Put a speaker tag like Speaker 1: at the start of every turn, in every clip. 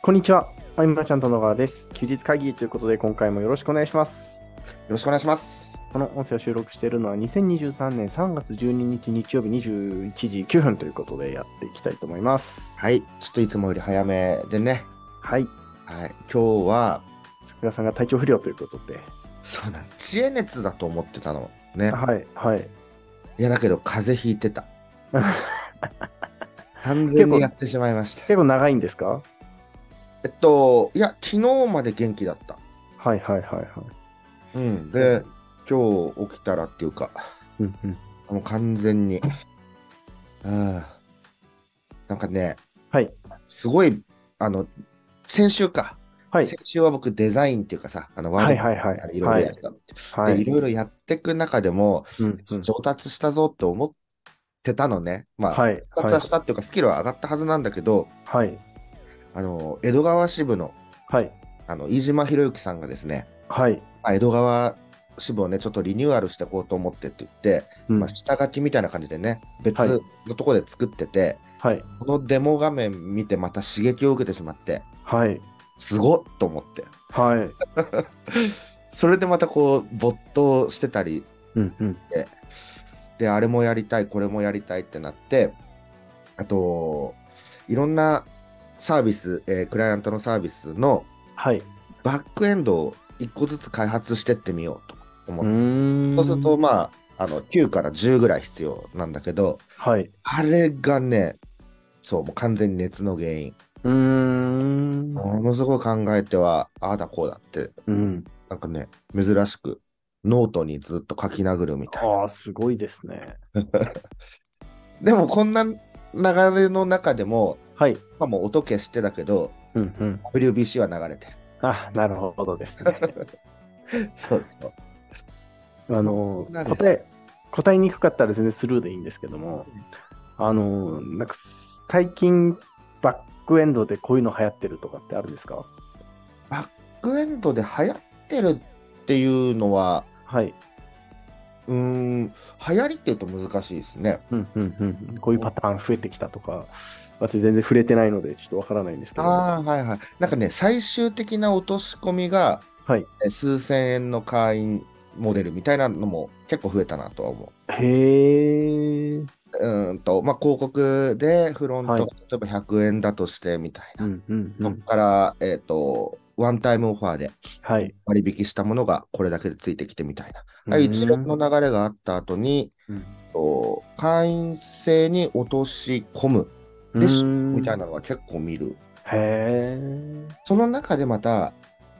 Speaker 1: こんにちは。あいむらちゃんと野川です。休日会議ということで、今回もよろしくお願いします。
Speaker 2: ろしくお願いします。
Speaker 1: この音声を収録しているのは2023年3月12日日曜日21時9分ということでやっていきたいと思います。
Speaker 2: はい。ちょっといつもより早めでね。
Speaker 1: はい。
Speaker 2: はい。今日は、
Speaker 1: 桜さんが体調不良ということで。
Speaker 2: そうなんです。知恵熱だと思ってたの。ね。
Speaker 1: はい、はい。
Speaker 2: いや、だけど風邪ひいて た。完全にやってしまいました。
Speaker 1: 結構長いんですか
Speaker 2: えっと、いや、昨日まで元気だった。
Speaker 1: はいはいはいはい。
Speaker 2: うん。で、今日起きたらっていうか、
Speaker 1: うんうん。
Speaker 2: もう完全 に。うん。なんかね、
Speaker 1: はい。
Speaker 2: すごい、あの、先週か。
Speaker 1: はい。
Speaker 2: 先週は僕デザインっていうかさ、あの、ワー
Speaker 1: は
Speaker 2: ド
Speaker 1: いはいはい。
Speaker 2: いろいろやったの
Speaker 1: は
Speaker 2: で
Speaker 1: い。
Speaker 2: いろいろやっていく中でも、
Speaker 1: うんうん
Speaker 2: 上達したぞって思ってたのね。まあ、
Speaker 1: はい。
Speaker 2: 上達はしたっていうか、スキルは上がったはずなんだけど、
Speaker 1: はい。
Speaker 2: あの、江戸川支部の、
Speaker 1: はい。
Speaker 2: あの、飯島博之さんがですね、
Speaker 1: はい。
Speaker 2: まあ江戸川支部をね、ちょっとリニューアルしていこうと思ってって言って、
Speaker 1: うん
Speaker 2: まあ、下書きみたいな感じでね、
Speaker 1: はい
Speaker 2: 別のとこで作ってて、
Speaker 1: はい。
Speaker 2: このデモ画面見てまた刺激を受けてしまって、
Speaker 1: はい。
Speaker 2: すごっと思って。
Speaker 1: はい。
Speaker 2: それでまたこう、没頭してたり、
Speaker 1: うんうん。
Speaker 2: で、あれもやりたい、これもやりたいってなって、あと、いろんなサービス、えークライアントのサービスの
Speaker 1: はい。
Speaker 2: バックエンドを一個ずつ開発してってみようと
Speaker 1: う
Speaker 2: 思って、
Speaker 1: ーん。
Speaker 2: そうすると、まあ、あの9から10ぐらい必要なんだけど、
Speaker 1: はい。
Speaker 2: あれがね、そう、もう完全に熱の原因。
Speaker 1: うーん。
Speaker 2: ものすごい考えては、ああだこうだって、
Speaker 1: うん。
Speaker 2: なんかね、珍しく、ノートにずっと書き殴るみたいな。
Speaker 1: ああ、すごいですね。
Speaker 2: でも、こんな流れの中でも、
Speaker 1: はい。
Speaker 2: まあ、もう音消してだけど、
Speaker 1: うんうん。
Speaker 2: WBC は流れて
Speaker 1: あ、なるほど ですね。
Speaker 2: る。そうそう。
Speaker 1: あの
Speaker 2: そうなんです
Speaker 1: 答え、答えにくかったら全然スルーでいいんですけども、あのなんか最近バックエンドでこういうの流行ってるとかってあるんですか
Speaker 2: バックエンドで流行ってるっていうのは、
Speaker 1: はい。
Speaker 2: うーん、流行りっていうと難しいですね。
Speaker 1: うんうんうん。こういうパターン増えてきたとか、私全然触れてないのでちょっとわからないんですけど。は
Speaker 2: ああ、はいはい。なんかね、最終的な落とし込みが、
Speaker 1: い。
Speaker 2: え数千円の会員モデルみたいなのも結構増えたなとは思
Speaker 1: へえ。
Speaker 2: う。うーんと、まあ、広告でフロントが
Speaker 1: はい
Speaker 2: 例えば100円だとしてみたいな。
Speaker 1: うんうんう
Speaker 2: そこ
Speaker 1: ん。
Speaker 2: から、えっ、と、ワンタイムオファーで
Speaker 1: はい。
Speaker 2: 割引したものがこれだけでついてきてみたいな。ああいう一連の流れがあった後に、
Speaker 1: うん
Speaker 2: と会員制に落とし込むレシピみたい
Speaker 1: な。
Speaker 2: なのは結構見る、
Speaker 1: へえ。
Speaker 2: その中でまた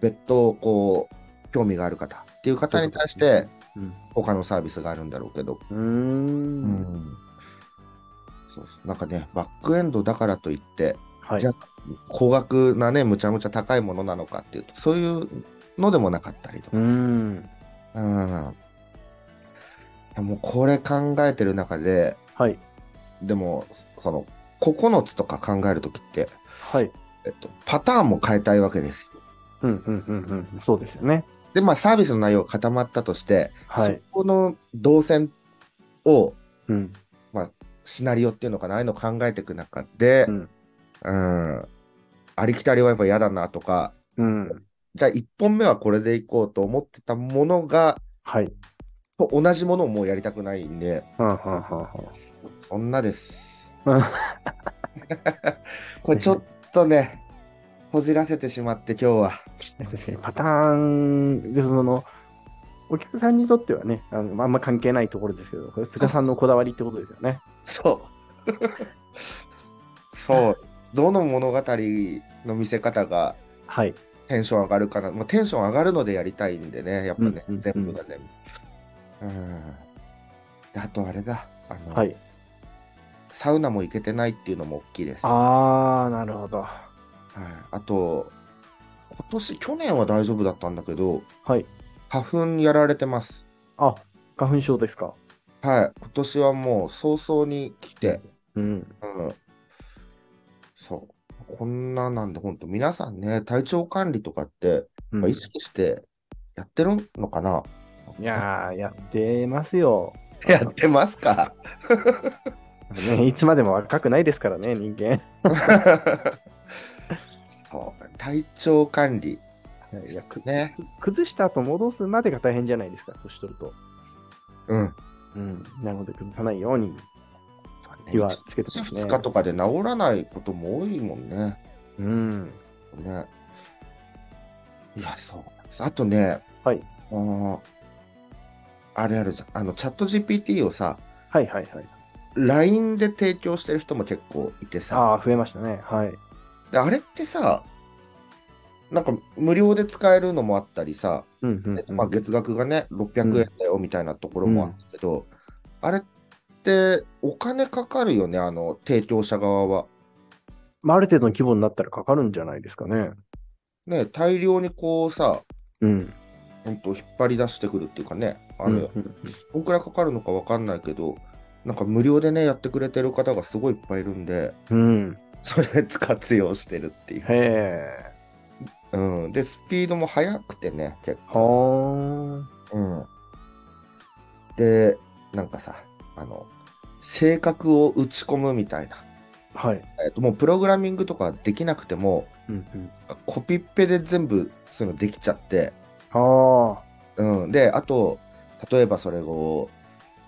Speaker 2: 別途こう興味がある方っていう方に対して
Speaker 1: うん
Speaker 2: 他のサービスがあるんだろうけど、
Speaker 1: うーん。
Speaker 2: そうそうなんかねバックエンドだからといって
Speaker 1: はい
Speaker 2: じゃ。高額なねむちゃむちゃ高いものなのかっていうとそういうのでもなかったりとか
Speaker 1: う、ーん。
Speaker 2: うんいやもうこれ考えてる中で
Speaker 1: はい。
Speaker 2: でも、その、9つとか考えるときって、
Speaker 1: はい。
Speaker 2: えっと、パターンも変えたいわけですよ。
Speaker 1: うんうんうんうん。そうですよね。
Speaker 2: で、まあ、サービスの内容が固まったとして、
Speaker 1: はい。
Speaker 2: そこの動線を、
Speaker 1: うん。
Speaker 2: シナリオっていうのかな、ああいうのを考えていく中で、
Speaker 1: う
Speaker 2: うんん、ありきたりはやっぱ嫌だなとか、
Speaker 1: うん。
Speaker 2: じゃあ1本目はこれでいこうと思ってたものが、
Speaker 1: はい。
Speaker 2: と同じものをもうやりたくないんで、
Speaker 1: はんはんは
Speaker 2: そんなです。
Speaker 1: んはん。
Speaker 2: これちょっとね、こじらせてしまって今日は。
Speaker 1: 確かにパターンでそのお客さんにとってはねあのあんま関係ないところですけどこれ菅さんのこだわりってことですよね。
Speaker 2: そう。そう。どの物語の見せ方が
Speaker 1: はい。
Speaker 2: テンション上がるかな。まあ、テンション上がるのでやりたいんでね、やっぱね、
Speaker 1: うんうん
Speaker 2: 全部が全部。うん。であとあれだ。あの、
Speaker 1: はい、
Speaker 2: サウナも行けてないっていうのも大きいです。はい、
Speaker 1: あーなるほど。
Speaker 2: あと、今年、去年は大丈夫だったんだけど、
Speaker 1: はい。
Speaker 2: 花粉やられてます。
Speaker 1: あ花粉症ですか。
Speaker 2: はい。今年はもう早々に来て、
Speaker 1: うん。
Speaker 2: うん。そう。こんななんで、本当皆さんね、体調管理とかって、
Speaker 1: う
Speaker 2: やっ
Speaker 1: ん、
Speaker 2: ぱ
Speaker 1: い
Speaker 2: 意識してやってるの かな、
Speaker 1: やーやってますよ。
Speaker 2: やってますか
Speaker 1: ね、いつまでも若くないですからね人間。
Speaker 2: そう体調管理
Speaker 1: いやく
Speaker 2: ね。
Speaker 1: 崩した後戻すまでが大変じゃないですか、年取ると。
Speaker 2: うん。
Speaker 1: うん。なので、崩さないように
Speaker 2: そう
Speaker 1: 気
Speaker 2: ね
Speaker 1: はつけてますね
Speaker 2: 2。日とかで治らないことも多いもんね。
Speaker 1: うん。
Speaker 2: ね。いや、そうなんです。あとね、
Speaker 1: はい。
Speaker 2: あーあれあるじゃん。あの、チャット GPT をさ、
Speaker 1: はいはいはい。
Speaker 2: LINE で提供してる人も結構いてさ、
Speaker 1: ああ、増えましたね。はい。
Speaker 2: であれってさ、なんか無料で使えるのもあったりさ、
Speaker 1: うんうん、
Speaker 2: で
Speaker 1: うん。
Speaker 2: まあ、月額がね、600円だよみたいなところもあるけど、あれってお金かかるよね、あの提供者側は。
Speaker 1: まあ、ある程度の規模になったらかかるんじゃないですかね。
Speaker 2: ね、大量にこうさ、
Speaker 1: うん。
Speaker 2: ほんと引っ張り出してくるっていうかね、あ
Speaker 1: う
Speaker 2: れ、
Speaker 1: んうん
Speaker 2: どんくらいかかるのかわかんないけど、なんか無料でね、やってくれてる方がすごいいっぱいいるんで、
Speaker 1: うん。うん
Speaker 2: それ活用してるっていう。
Speaker 1: へえ。
Speaker 2: うん、で、スピードも速くてね、結構。
Speaker 1: は
Speaker 2: うん、で、なんかさ、あの、性格を打ち込むみたいな。
Speaker 1: あ。はい。
Speaker 2: えっと、もうプログラミングとかできなくても、
Speaker 1: うんうん。
Speaker 2: コピッペで全部そういうのできちゃって、
Speaker 1: は
Speaker 2: うん、で、あと、例えばそれを、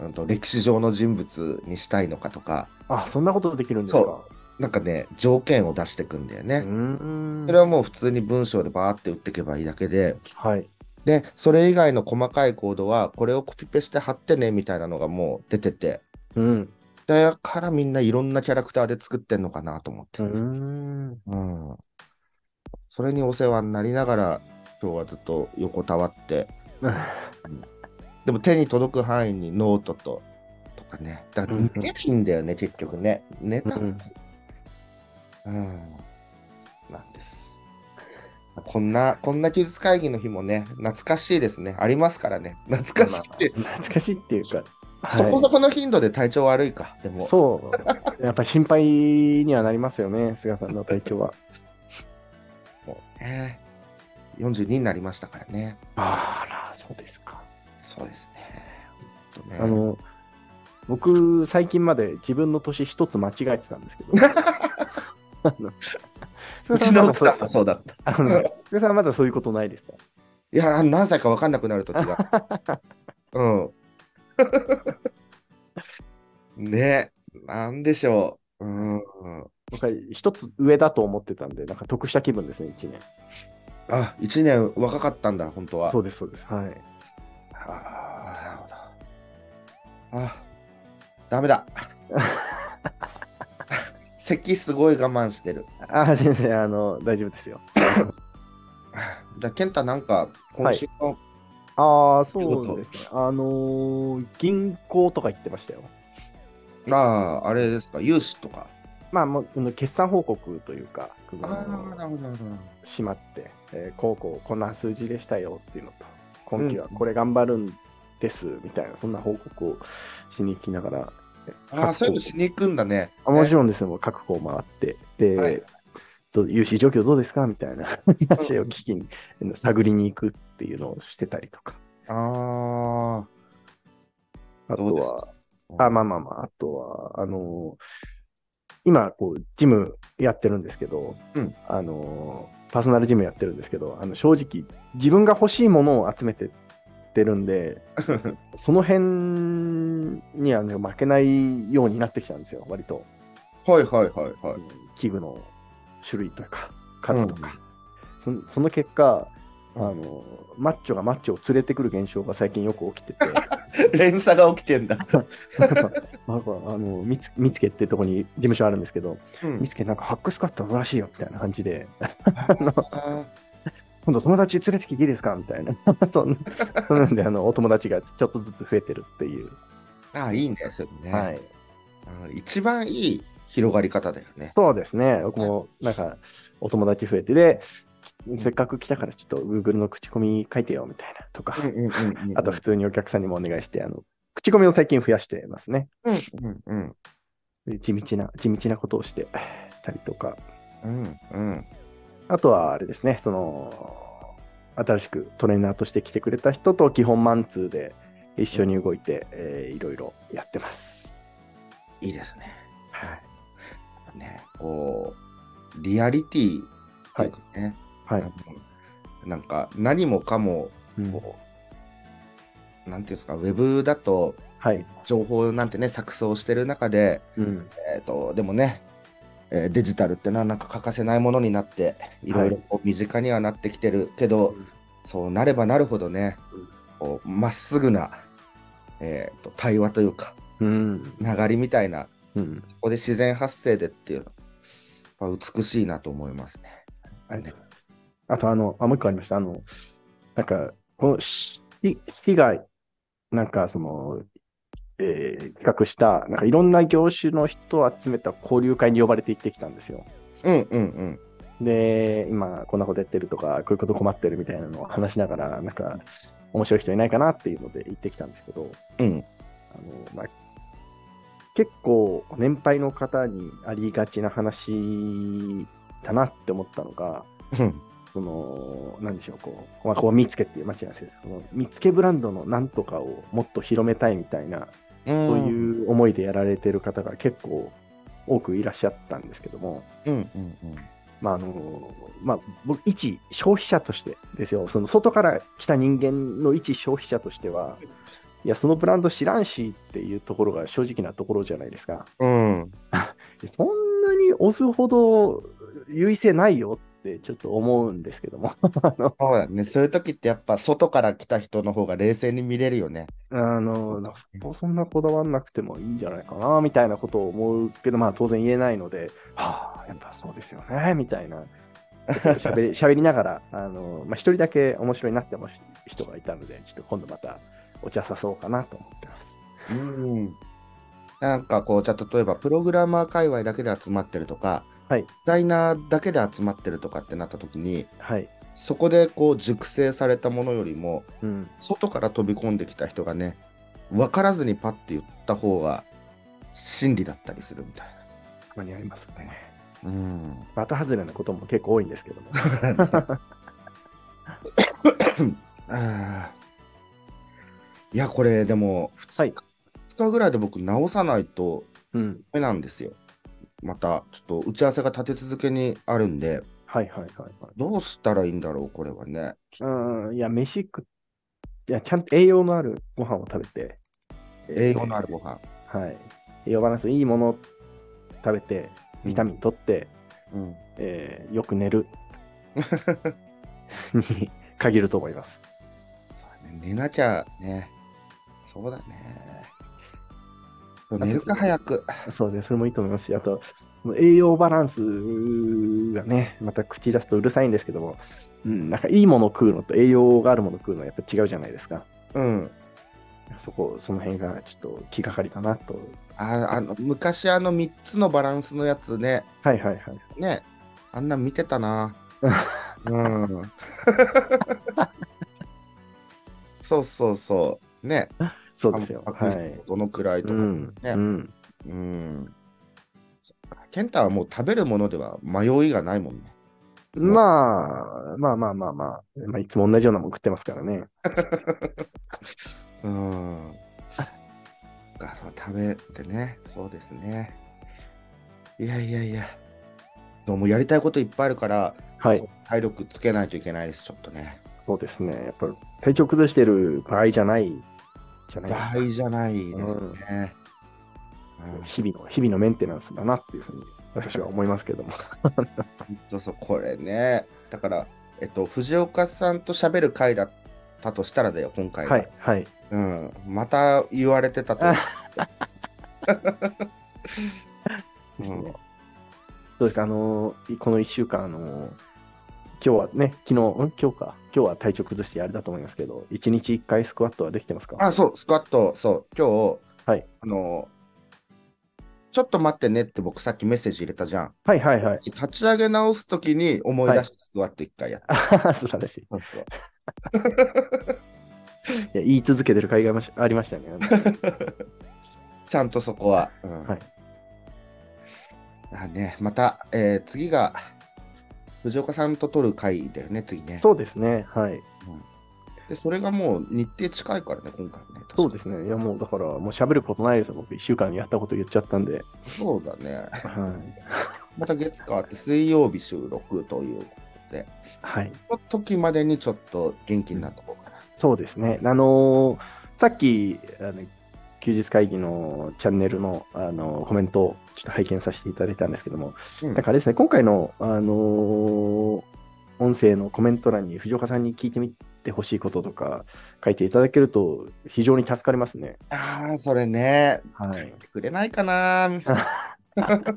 Speaker 2: うんと、歴史上の人物にしたいのかとか、
Speaker 1: あ。あ、そんなことできるんですか。
Speaker 2: そなんかね、条件を出してくんだよね。
Speaker 1: ん
Speaker 2: それはもう普通に文章でバーって打っていけばいいだけで、
Speaker 1: はい。
Speaker 2: で、それ以外の細かいコードは、これをコピペして貼ってね、みたいなのがもう出てて、
Speaker 1: うん。
Speaker 2: だからみんないろんなキャラクターで作ってんのかなと思って。
Speaker 1: うーん。
Speaker 2: うん。それにお世話になりながら、今日はずっと横たわって、でも手に届く範囲にノートと、とかね。だから
Speaker 1: うん
Speaker 2: 見ればいいんだよね、結局ね。ネタ、うん、なんです。こんな、こんな休日会議の日もね、懐かしいですね。ありますからね。懐かしくて、
Speaker 1: 懐かしいっていうか、はい
Speaker 2: そこそこの頻度で体調悪いか、でも。
Speaker 1: そう、や っぱり心配にはなりますよね、菅さんの体調は。
Speaker 2: もうね42になりましたからね。
Speaker 1: あら、そうですか。
Speaker 2: そうですね。ほんとね
Speaker 1: あの、僕、最近まで自分の年一つ間違えてたんですけど。 あの
Speaker 2: うちの奥さんもそうだった。
Speaker 1: あの菅さんはまだそういうことないですか
Speaker 2: いや、何歳か分かんなくなるときが。 うん。ねなんでしょう。うん。
Speaker 1: 僕は一つ上だと思ってたんで、なんか得した気分ですね、一年。
Speaker 2: あ、1年若かったんだ、本当は。
Speaker 1: そうです、そうです。はい。
Speaker 2: あーなるほど。あ、ダメ だ。咳すごい我慢してる。
Speaker 1: あ、先生、あの、大丈夫ですよ。
Speaker 2: だ健太なんか、今週の、
Speaker 1: ああ、そうですね。あのー銀行とか行ってましたよ。
Speaker 2: ああ、あれですか、融資とか。
Speaker 1: まあ、もうあの決算報告というか、あ
Speaker 2: ああ、
Speaker 1: の
Speaker 2: なるほど、なるほど。
Speaker 1: しまって、えー、こうこう、こんな数字でしたよっていうのと、今期はこれ頑張るんですみたいな、そんな報告をしに行きながら、
Speaker 2: ああ、そういうのしに行くんだね。
Speaker 1: あもちろんですよ、もう各校回って、で、
Speaker 2: はい
Speaker 1: どう融資状況どうですかみたいな話を聞きに、探りに行くっていうのをしてたりとか、
Speaker 2: あ
Speaker 1: あと
Speaker 2: どうです
Speaker 1: は、
Speaker 2: あ。
Speaker 1: あ、まあまあまあ、あとは、あのー今、こう、ジムやってるんですけど、
Speaker 2: うん
Speaker 1: あのーパーソナルジムやってるんですけど、あの正直、自分が欲しいものを集めてってるん で、その辺には、ね、負けないようになってきたんですよ、割と。
Speaker 2: はいはいはいはい。
Speaker 1: 器具の種類とか、数とか。そその結果、あのーマッチョがマッチョを連れてくる現象が最近よく起きて て。
Speaker 2: 連鎖が起きてんだ。
Speaker 1: なんかなんかあの見つ見つけってとこに事務所あるんですけど、
Speaker 2: うん
Speaker 1: 見、つけなんかハックスカットらしいよみたいな感じで、
Speaker 2: あ
Speaker 1: 今度友達連れてきていいですかみたいな、 そんな そんなんであのお友達がちょっとずつ増えてるっていう、
Speaker 2: あ、いいね、それね、
Speaker 1: はい、
Speaker 2: あ一番いい広がり方だよね。
Speaker 1: そうですね、僕もなんかお友達増えて、で、せっかく来たからちょっと Google の口コミ書いてよみたいなとか、
Speaker 2: うんうんうん
Speaker 1: あと普通にお客さんにもお願いして、あの口コミを最近増やしてますね、
Speaker 2: うんうん
Speaker 1: 地道な地道なことをしてたりとか。
Speaker 2: うんうん。
Speaker 1: あとはあれですね、その、新しくトレーナーとして来てくれた人と基本マンツーで一緒に動いて、えーいろいろやってます。
Speaker 2: いいですね。
Speaker 1: はい。
Speaker 2: ね、こう、リアリティっていうかね、
Speaker 1: はい
Speaker 2: あ。のなんか何もかも
Speaker 1: うん
Speaker 2: こう、なんていうんですか、ウェブだと
Speaker 1: はい。
Speaker 2: 情報なんてね、錯綜してる中で、
Speaker 1: うん。
Speaker 2: えっ、と、でもね、えーデジタルってな、なんか欠かせないものになって、いろいろこう身近にはなってきてるけど、
Speaker 1: うん
Speaker 2: そうなればなるほどね
Speaker 1: うん、
Speaker 2: こうまっすぐな、えーと対話というか、
Speaker 1: うん。
Speaker 2: 流れみたいな、
Speaker 1: うん。
Speaker 2: そこで自然発生でっていうのは、やっぱ美しいなと思いますね。
Speaker 1: ありがとうございますあと、あの、あ、もう一個ありました。あの、なんか、このし、市が、なんか、その、えー企画した、なんかいろんな業種の人を集めた交流会に呼ばれて行ってきたんですよ。
Speaker 2: うんうんうん。
Speaker 1: で、今、こんなことやってるとか、こういうこと困ってるみたいなのを話しながら、なんか、面白い人いないかなっていうので行ってきたんですけど、
Speaker 2: うん。
Speaker 1: あのまあ、結構年配の方にありがちな話だなって思ったのが、
Speaker 2: うん。
Speaker 1: その、なんでしょう、こう、まあ、こう見つけっていう、間違いないですけど、見つけブランドのなんとかをもっと広めたいみたいな、そう
Speaker 2: う。
Speaker 1: いう思いでやられてる方が結構多くいらっしゃったんですけども、
Speaker 2: うんうんうん。
Speaker 1: まああのまあ、僕、一消費者としてですよ、その外から来た人間の一消費者としては、いや、そのブランド知らんしっていうところが正直なところじゃないですか。
Speaker 2: うん。
Speaker 1: そんなに押すほど優位性ないよってちょっと思うんですけども、
Speaker 2: そうだね。そういう時ってやっぱ外から来た人の方が冷静に見れるよね。
Speaker 1: あのそんなこだわんなくてもいいんじゃないかなみたいなことを思うけど、まあ当然言えないので、はあ、やっぱそうですよね、みたい な。喋り喋りながら、あのまあ、一人だけ面白いなって思う人がいたので、ちょっと今度またお茶誘おうかなと思ってます。
Speaker 2: うん。なんかこう、じゃあ例えばプログラマー界隈だけで集まってるとか、
Speaker 1: はい
Speaker 2: デザイナーだけで集まってるとかってなった時に、
Speaker 1: はい。
Speaker 2: そこでこう熟成されたものよりも、
Speaker 1: うん。
Speaker 2: 外から飛び込んできた人がね、分からずにパッて言った方が真理だったりするみたい
Speaker 1: たまにありますね。
Speaker 2: な。うん。
Speaker 1: また外れなことも結構多いんですけ ども。
Speaker 2: あーいや、これでも2日、
Speaker 1: はい
Speaker 2: 2日ぐらいで僕直さないと
Speaker 1: うん。
Speaker 2: ダメなんですよ。また、ちょっと打ち合わせが立て続けにあるんで、
Speaker 1: はいはいはい、はい。
Speaker 2: どうしたらいいんだろう、これはね。
Speaker 1: うん、いや、飯食っいや、ちゃんと栄養のあるご飯を食べて、
Speaker 2: 栄養のあるご飯。
Speaker 1: はい。栄養バランスいいものを食べて、ビタミン取って、
Speaker 2: うん。
Speaker 1: えーよく寝るに限ると思います。
Speaker 2: そうだね。寝なきゃね。そうだね。寝るか早く。
Speaker 1: そうですね、それもいいと思いますし、あと、栄養バランスがね、また口出すとうるさいんですけども、うん、なんかいいものを食うのと栄養があるものを食うのはやっぱ違うじゃないですか。
Speaker 2: うん。
Speaker 1: そこ、その辺がちょっと気がかりだなと。
Speaker 2: ああの昔あの3つのバランスのやつね、
Speaker 1: はいはいはい。
Speaker 2: ね、あんなん見て たな。うん。そうそうそう。ね。
Speaker 1: そうですよ。
Speaker 2: タン
Speaker 1: は
Speaker 2: パク質
Speaker 1: い
Speaker 2: を。どのくらいと
Speaker 1: う
Speaker 2: か。うん。
Speaker 1: ん。うん。
Speaker 2: そっか健太はもう食べるものでは迷いがないもんね。
Speaker 1: まあ、まあまあまあまあ、まあ、いつも同じようなもん食ってますからね。
Speaker 2: うん。そっかそう食べてね。そうですね。いやいやいや。でももうやりたいこといっぱいあるから、
Speaker 1: はい
Speaker 2: そう。体力つけないといけないです、ちょっとね。
Speaker 1: そうですね。やっぱり体調崩してる場合じゃない、じゃない
Speaker 2: 場合じゃないですね。うん
Speaker 1: 日々の、日々のメンテナンスだなっていうふうに私は思いますけども。
Speaker 2: 本当そうこれねだから、えっと、藤岡さんと喋る回だったとしたらだよ今回は
Speaker 1: はい、はい。
Speaker 2: うん、また言われてたと
Speaker 1: あ
Speaker 2: うん
Speaker 1: そうですか、あのー、この1週間、あのー、今日はね、昨日、ん今日か、今日は体調崩してあれだと思いますけど、1日1回スクワットはできてますか
Speaker 2: あそうスクワットそう今日、
Speaker 1: はい
Speaker 2: あのちょっと待ってねって僕さっきメッセージ入れたじゃん
Speaker 1: はいはいはい。
Speaker 2: 立ち上げ直すときに思い出してスクワット一回やった、
Speaker 1: あはは素晴らしい。い
Speaker 2: そうそう
Speaker 1: や言い続けてる甲斐がましありましたね。あの
Speaker 2: ちゃんとそこは、うん
Speaker 1: はい
Speaker 2: あね、また、えー次が藤岡さんと撮る回だよね次ね
Speaker 1: そうですね。はい。
Speaker 2: で、それがもう日程近いからね、今回はね。確か
Speaker 1: そうですね。いやもうだから、もう喋ることないですよ。僕、1週間やったこと言っちゃったんで。
Speaker 2: そうだね。
Speaker 1: はい。
Speaker 2: また月変わって水曜日収録ということで、
Speaker 1: はい。
Speaker 2: その時までにちょっと元気になっとこうかな。
Speaker 1: そうですね。あのーさっき、あの、休日会議のチャンネルの、あのコメントをちょっと拝見させていただいたんですけども、
Speaker 2: うん
Speaker 1: なんかあれですね、今回の、あのー音声のコメント欄に藤岡さんに聞いてみてほしいこととか書いていただけると非常に助かりますね。
Speaker 2: ああ、それね、
Speaker 1: はい。
Speaker 2: くれないかな。く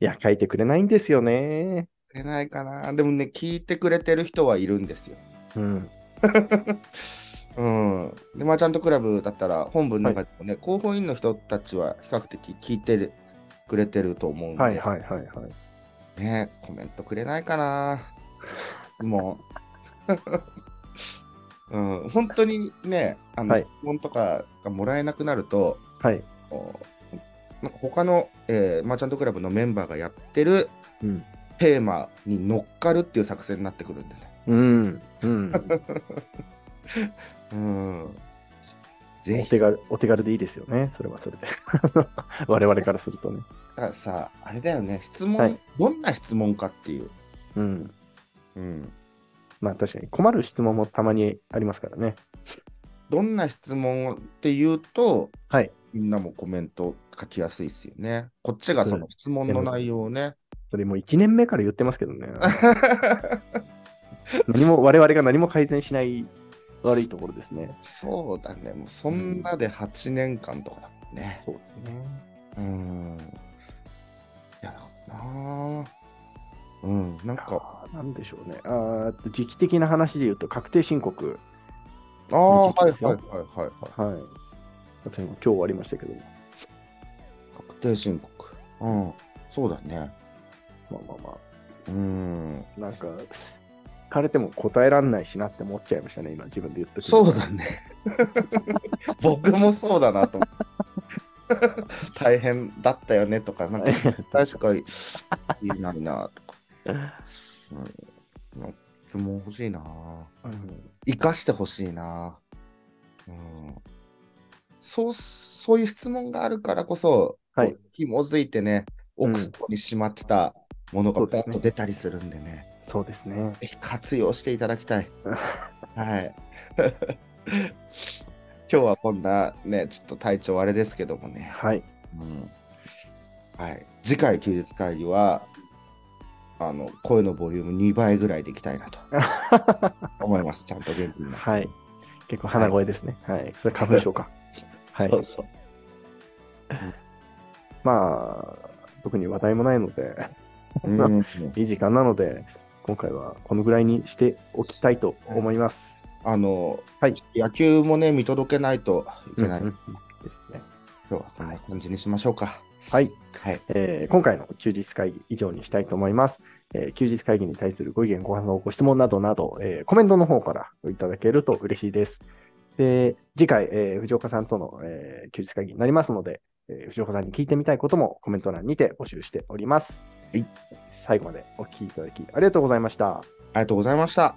Speaker 1: いや、書いてくれないんですよね。
Speaker 2: れないかな。でもね、聞いてくれてる人はいるんですよ。
Speaker 1: うん。
Speaker 2: うん。で、マーチャントクラブだったら、本部の中でもね、広報員の人たちは比較的聞いてくれてると思うんで、
Speaker 1: はいはいはいはい。
Speaker 2: ね、コメントくれないかな。も う。うん、本当にね、あの、
Speaker 1: はい
Speaker 2: 質問とかがもらえなくなると、
Speaker 1: はい。
Speaker 2: こうなんか他の、えーマーチャントクラブのメンバーがやってる
Speaker 1: うん。
Speaker 2: テーマに乗っかるっていう作戦になってくるんでね。
Speaker 1: うん。うん。
Speaker 2: うん。
Speaker 1: お
Speaker 2: ぜひ、
Speaker 1: 手軽、お手軽でいいですよね。それはそれで。 我々からするとね。
Speaker 2: あさ、あれだよね、質問、
Speaker 1: はい
Speaker 2: どんな質問かっていう。
Speaker 1: うん。
Speaker 2: うん。
Speaker 1: まあ確かに困る質問もたまにありますからね。
Speaker 2: どんな質問っていうと、
Speaker 1: はい
Speaker 2: みんなもコメント書きやすいですよね。こっちがその質問の内容をね。
Speaker 1: それもう1年目から言ってますけどね。 何も、我々が何も改善しない悪いところですね。
Speaker 2: そうだね、もうそんなで8年間とかだもんね。
Speaker 1: そうですね。
Speaker 2: うん。いやだからなうん、なんか、
Speaker 1: あーなんでしょうね。あーあと時期的な話で言うと、確定申告。
Speaker 2: ああ、
Speaker 1: 聞
Speaker 2: はい
Speaker 1: て
Speaker 2: い
Speaker 1: ますよ
Speaker 2: はいはいはいはい。
Speaker 1: はい。例えば今日ありましたけど、
Speaker 2: 確定申告。うん、そうだね。
Speaker 1: まあまあま
Speaker 2: うん、
Speaker 1: あ、なんか、聞かれても答えらんないしなって思っちゃいましたね、今自分で言った時
Speaker 2: そうだね。僕もそうだなと思って。 大変だったよねとか、 なんか確かに言えないなとか。うん、なんか質問欲しいな。
Speaker 1: うん
Speaker 2: 生かしてほしいな。うん、そうそういう質問があるからこそ、
Speaker 1: はい
Speaker 2: こう紐づいてね、奥底にしまってたものが
Speaker 1: そうです
Speaker 2: ポ
Speaker 1: ね
Speaker 2: ンと出たりするんでね。
Speaker 1: そうですね。
Speaker 2: ぜひ活用していただきたい。はい。 今日はこんなね、ちょっと体調あれですけどもね。
Speaker 1: はい。
Speaker 2: うんはい。次回休日会議は、あの、声のボリューム2倍ぐらいでいきたいな と思います。ちゃんと元気になって。
Speaker 1: はい。結構鼻声ですね。はい。それ花粉 症か。はい
Speaker 2: そ。うそう。
Speaker 1: まあ、特に話題もないので、
Speaker 2: うん
Speaker 1: いい時間なので、今回はこのぐらいにしておきたいと思います。
Speaker 2: あの、
Speaker 1: はい
Speaker 2: 野球もね、見届けないといけない。
Speaker 1: うんうんですね。
Speaker 2: 今日はこんな感じにしましょうか。
Speaker 1: はい。
Speaker 2: はい。
Speaker 1: えー今回の休日会議以上にしたいと思います。えー休日会議に対するご意見、ご感想、ご質問などなど、えーコメントの方からいただけると嬉しいです。で次回、えー藤岡さんとの、えー休日会議になりますので、えー藤岡さんに聞いてみたいこともコメント欄にて募集しております。
Speaker 2: はい
Speaker 1: 最後までお聞きいただきありがとうございました。
Speaker 2: ありがとうございました。